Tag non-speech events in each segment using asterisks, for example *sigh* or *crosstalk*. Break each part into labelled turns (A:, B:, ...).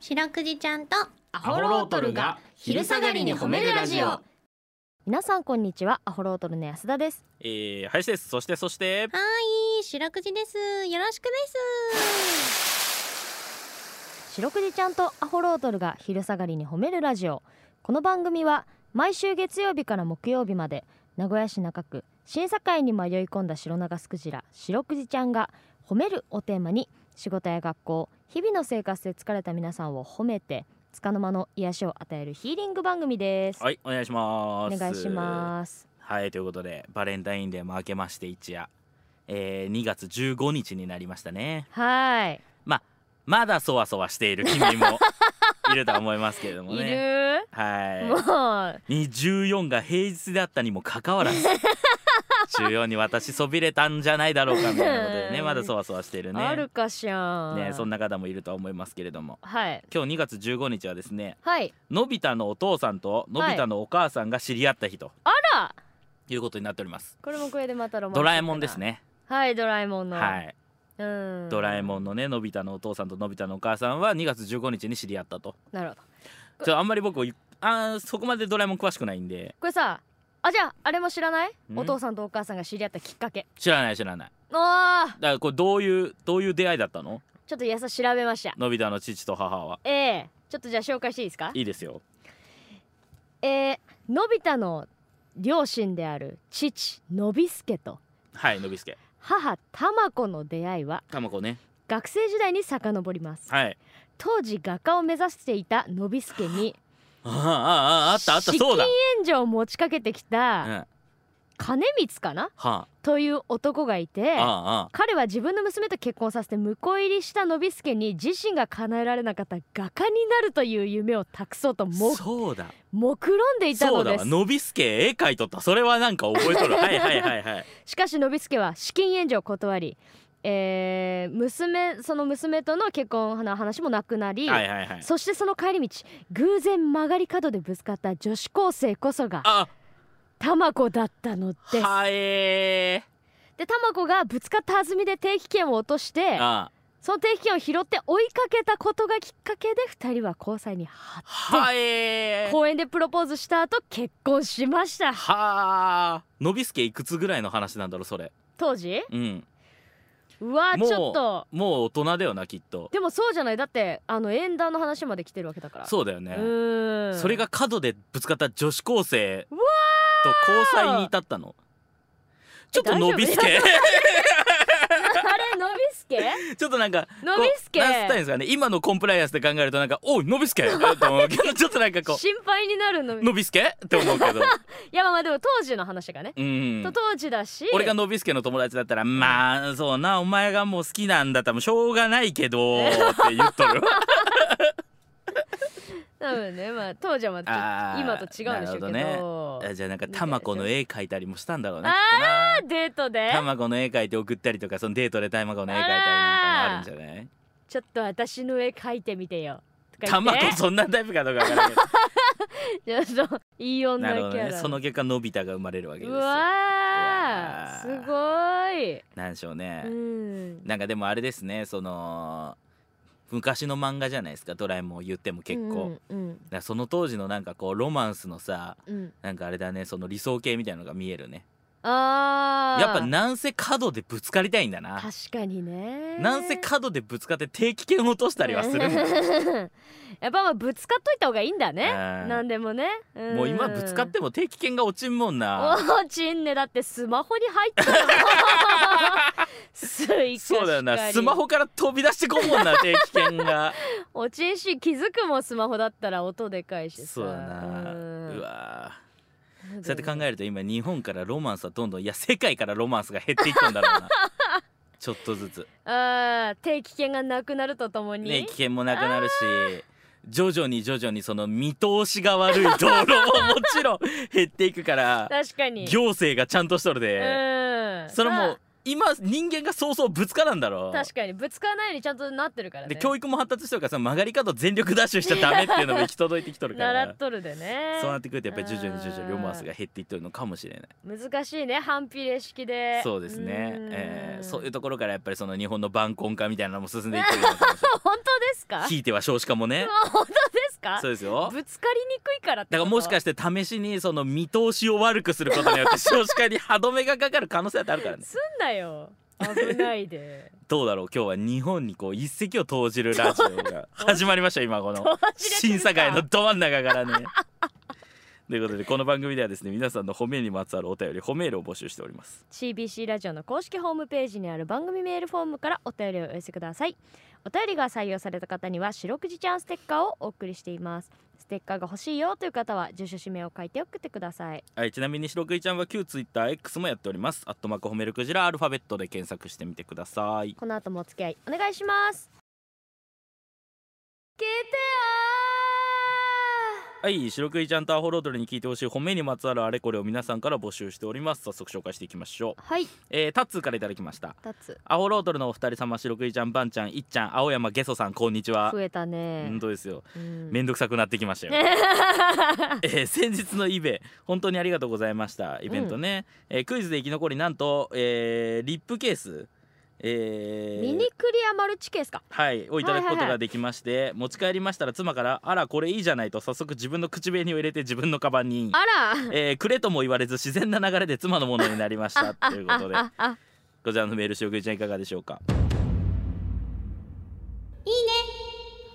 A: 白くじちゃんとア
B: ホロートルが昼下がりに褒めるラジオ
C: 皆さんこんにちはアホロートルの安田です
D: えー、林ですそしてそして
A: はい白くじですよろしくです
C: 白くじちゃんとアホロートルが昼下がりに褒めるラジオこの番組は毎週月曜日から木曜日まで名古屋市中区審査会に迷い込んだ白長スクジラ白くじちゃんが褒めるをテーマに仕事や学校日々の生活で疲れた皆さんを褒めて束の間の癒しを与えるヒーリング番組です、
D: はいお願いします
C: お願いします
D: はいということでバレンタインデーも明けまして一夜えー、2月15日になりましたね
C: はい
D: まだそわそわしている君もいるとは思いますけれども
C: い
D: ね
C: る
D: は
C: もう
D: いに14が平日であったにもかかわらず14に私そびれたんじゃないだろうかみたいなことでねまだそわそわしているね
C: あるかしらん
D: ねそんな方もいるとは思いますけれども
C: はい
D: 今日2月15日はですね
C: はい
D: のび太のお父さんとのび太のお母さんが知り合った日と
C: あら
D: いうことになっております、
C: これもこれでまたロマンチックな
D: ドラえもんですね
C: はいドラえもんの
D: はい
C: うん
D: ドラえも
C: ん
D: んのねのび太のお父さんとのび太のお母さんは2月15日に知り合ったと
C: なるほど
D: ちょあんまり僕あーそこまでドラえもん詳しくないんで
C: これさあじゃああれも知らない
D: ん
C: お父さんとお母さんが知り合ったきっかけ
D: 知らない知らない
C: あー
D: だからこれどういうどういう出会いだったの
C: ちょっとやさ調べました
D: のび太の父と母は
C: ええちょっとじゃあ紹介していいですか
D: いいですよ
C: ええのび太の両親である父のびすけと
D: はいのびすけ
C: 母たまこの出会いは
D: たまこね
C: 学生時代に遡ります
D: はい
C: 当時画家を目指していたのびすけに
D: あーあーあーあったあった
C: 資金
D: そうだ、
C: 援助を持ちかけてき
D: うん、
C: た
D: は
C: 金光かな
D: あ
C: という男がいて
D: あーあ
C: 彼は自分の娘と結婚させて婿入りしたノビスケに自身が叶えられなかった画家になるという夢を託そうと
D: ー
C: も
D: そうだ
C: 目論んでいた
D: そう
C: の
D: だ
C: です
D: わのびすけ絵描いとったそれはなんか覚えとるはいはいはいはい
C: しかしノビスケは資金援助を断り、えー娘その娘との結婚の話もなくなり、
D: はいはいはい
C: そしてその帰り道偶然曲がり角でぶつかった女子高生こそが
D: あ
C: タマコだったのです
D: はえ
C: でタマコがぶつかった弾みで定期券を落として
D: ー、あ
C: その定期券を拾って追いかけたことがきっかけで2人は交際に発
D: はえー、
C: 公園でプロポーズした後結婚しました
D: はあのびすけいくつぐらいの話なんだろうそれ
C: 当時
D: うん
C: うわ
D: もう
C: ちょっと
D: もう大人だよなきっと
C: でもそうじゃないだってあの縁談の話まで来てるわけだから
D: そうだよ
C: う
D: ね
C: ーん
D: それが角でぶつかった女子高生
C: う
D: と
C: わ
D: 交際に至ったのちょっと
C: 大丈夫
D: のびす
C: *laughs*
D: け
C: あれのびす
D: *laughs*
C: け
D: ちょっとなんか
C: のびすけ
D: こうなんつったらいいんですかね今のコンプライアンスで考えるとなんか「おいのびすけ!」って思うけどちょっとなんかこ
C: 心配になるの
D: う「
C: い
D: のびすけ?」って思うけど
C: やまあでも当時の話がね、
D: うん
C: と当時だし
D: 俺がのびすけの友達だったら「まあそうなお前がもう好きなんだったらもうしょうがないけど」って言っとる
C: 多分ねまあ当時はまた
D: あ
C: ち
D: ー
C: 今と違うんでしょうけど
D: なるほあじゃあなんかたまこの絵描いたりもしたんだろうね
C: あ
D: きっとな
C: あデートで
D: たまこの絵描いて送ったりとかそのデートでたまこの絵描いたりなんかもあるんじゃない
C: ちょっと私の絵描いてみてよと
D: た
C: か
D: ま
C: 言っ
D: こ
C: て
D: そんなタイプかどうかわからないけど
C: *laughs* ちょっといい女
D: な
C: キ
D: るほど
C: ャ
D: ね
C: ラ
D: その結果のび太が生まれるわけです
C: う
D: よ
C: わーす
D: う
C: ごーい、
D: なんでしょうね
C: うん、
D: なんかでもあれですねその昔の漫画じゃないですか「ドラえもん」言っても結構、だか
C: うんうん
D: らその当時のなんかこうロマンスのさ
C: うんうん
D: なんかあれだねその理想形みたいなのが見えるね
C: あー
D: やっぱなんせ角でぶつかりたいんだな
C: 確かにね
D: なんせ角でぶつかって定期券落としたりはす
C: *laughs*
D: るもん
C: やっぱまあぶつかっといた方がいいんだね
D: うん
C: なんでもね、ん
D: もう今ぶつかっても定期券が落ちんもんな
C: おちんねだってスマホに入った
D: *laughs*
C: よスイカしかり
D: そうだよなスマホから飛び出してこんもんな定期券
C: *laughs*
D: が
C: おちんし気づくもんスマホだったら音でかいしさ
D: そうだなうわ
C: ん
D: そうやって考えると今日本からロマンスはどんどんいや世界からロマンスが減っていくんだろ
C: *laughs*
D: うなちょっとずつ
C: あー定期券がなくなるとともに、
D: ね危険もなくなるし徐々に徐々にその見通しが悪い道路ももちろん減っていくから
C: 確かに
D: 行政がちゃんとしとるで
C: うん
D: それもう
C: さ
D: 今人間がそうそうぶつからんだろ
C: 確かにぶつからないようにちゃんとなってるからね
D: で教育も発達してるからその曲がり角全力ダッシュしちゃダメっていうのも行き届いてきとるか
C: 習
D: ら
C: っとるでね
D: そうなってくるとやっぱり徐々に徐々にロマンスが減っていっとるのかもしれない
C: 難しいね反比例式で
D: そうですね、
C: ん
D: えーそういうところからやっぱりその日本の晩婚化みたいなのも進んでいってるのかもしれ
C: 本当です
D: な
C: か
D: いひいては少子化もね
C: あ本当ですか
D: そうですよ
C: ぶつかりにくいからって
D: だからもしか
C: し
D: して試しにその見通しを悪くすることによって少子化に歯止めがかかる可能性だってあるからね
C: すんなよ危ないで
D: *laughs* どうだろう今日は日本にこう一石を投じるラジオが *laughs* 始まりましたよ今 *laughs* この
C: 投じれてる
D: 審査会のど真ん中から *laughs* ねということでこの番組ではですね皆さんの褒めにまつわるお便り褒めールを募集しております
C: CBC ラジオの公式ホームページにある番組メールフォームからお便りをお寄せくださいお便りが採用された方には白くじちゃんステッカーをお送りしていますステッカーが欲しいよという方は住所氏名を書いて送ってください
D: はい、ちなみに白くいちゃんは旧ツイッター X もやっております。アットマーク褒めるクジラアルファベットで検索してみてください。
C: この後もお付き合いお願いします聞いて
D: はい、白くいちゃんとアホロードルに聞いてほしい褒めにまつわるあれこれを皆さんから募集しております。早速紹介していきましょう。
C: よはい
D: えー、タッツーからいただきました。
C: 立つ
D: アホロードルのお二人様、白くいちゃん、バンちゃん、いっちゃん、青山ゲソさん、こんにちは
C: 増。えたね
D: 本当ですよ。
C: うん
D: めんどくさくなってきましたよ。えー先日のイベ本当にありがとうございましたイベントね、えークイズで生き残りなんと、えーリップケース、え
C: *laughs*
D: ー
C: ミニクリアマルチケースか
D: はい、をいただく
C: は
D: こ
C: いはい
D: と
C: はい
D: ができまして、持ち帰りましたら妻から「あらこれいいじゃない」と早速自分の口紅を入れて自分のカバンに
C: あら
D: えーくれとも言われず自然な流れで妻のものになりましたという
C: *laughs*
D: ことで
C: あああ
D: こちらのメールしおくいちゃんいかがでしょうかいい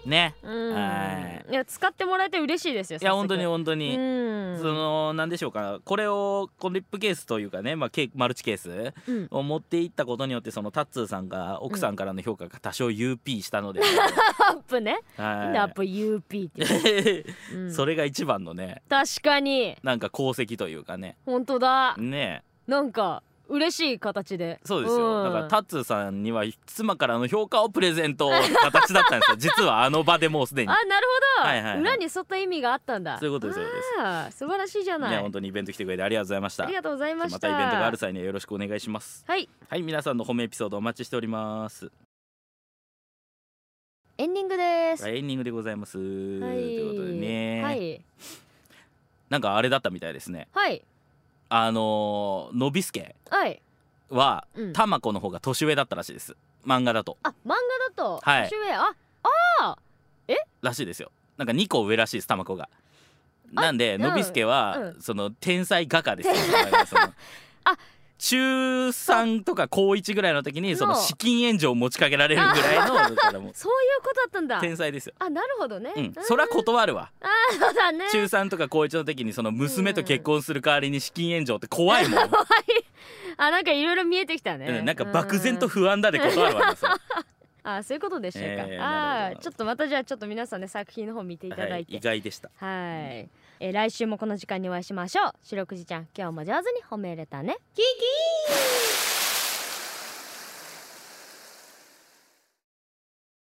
D: ねね
C: うん
D: はい
C: いや使ってもらえて嬉しいですよ
D: いや
C: 早速
D: 本当に本当に、
C: うん
D: そのなんでしょうかこれをこのリップケースというかね、まあ、ケーマルチケース
C: うん
D: を持っていったことによってそのタッツーさんが奥さんからの評価が多少 UP し
C: *laughs*
D: たので、
C: アップね
D: はい
C: なんでアップ UP って
D: *laughs*
C: 言ううん
D: それが一番のね
C: 確かに
D: なんか功績というかね
C: 本当だ
D: ね
C: なんか嬉しい形で
D: そうですよ、
C: ん
D: だからタッツーさんには妻からの評価をプレゼントって形だったんですよ実はあの場でもうすでに
C: あなるほど、
D: はいはいはい
C: 裏に沿った意味があったんだ
D: そういうことですそういうことで
C: あー素晴らしいじゃない、
D: ね本当にイベント来てくれてありがとうございました
C: ありがとうございました
D: またイベントがある際にはよろしくお願いします
C: はい
D: はい皆さんの褒めエピソードお待ちしております
C: エンディングです
D: はいエンディングでございます、
C: はい
D: ということでね、
C: はい
D: なんかあれだったみたいですね
C: はい
D: あのー、のびすけ
C: はい
D: は、
C: うん
D: たまこの方が年上だったらしいです漫画だと
C: あ漫画だと
D: はい
C: 年上、あ
D: らしいですよなんか2個上らしいです玉子がなんでのびすけは、
C: う
D: その天才画家ですよだからその
C: *laughs* あ
D: 中3とか高1ぐらいの時にその
C: の
D: 資金援助を持ちかけられるぐらいのだからもう
C: そういうことだったんだ
D: 天才ですよ
C: *laughs* あなるほどね、
D: うんそりゃ断るわ
C: そうだね
D: 中3とか高1の時にその娘と結婚する代わりに資金援助って怖いもん、
C: あなんかいろいろ見えてきたね、
D: うん、なんか漠然と不安だで断るわけですよ
C: あそういうことでしたか、
D: えーな
C: あ
D: るほ
C: ー
D: ど
C: ちょっとまたじゃあちょっと皆さんね作品の方 *laughs* 見ていただ
D: はいい、
C: て
D: 意外でした
C: はいえー来週もこの時間にお会いしましょう白くじちゃん今日も上手に褒めれたね
A: キキー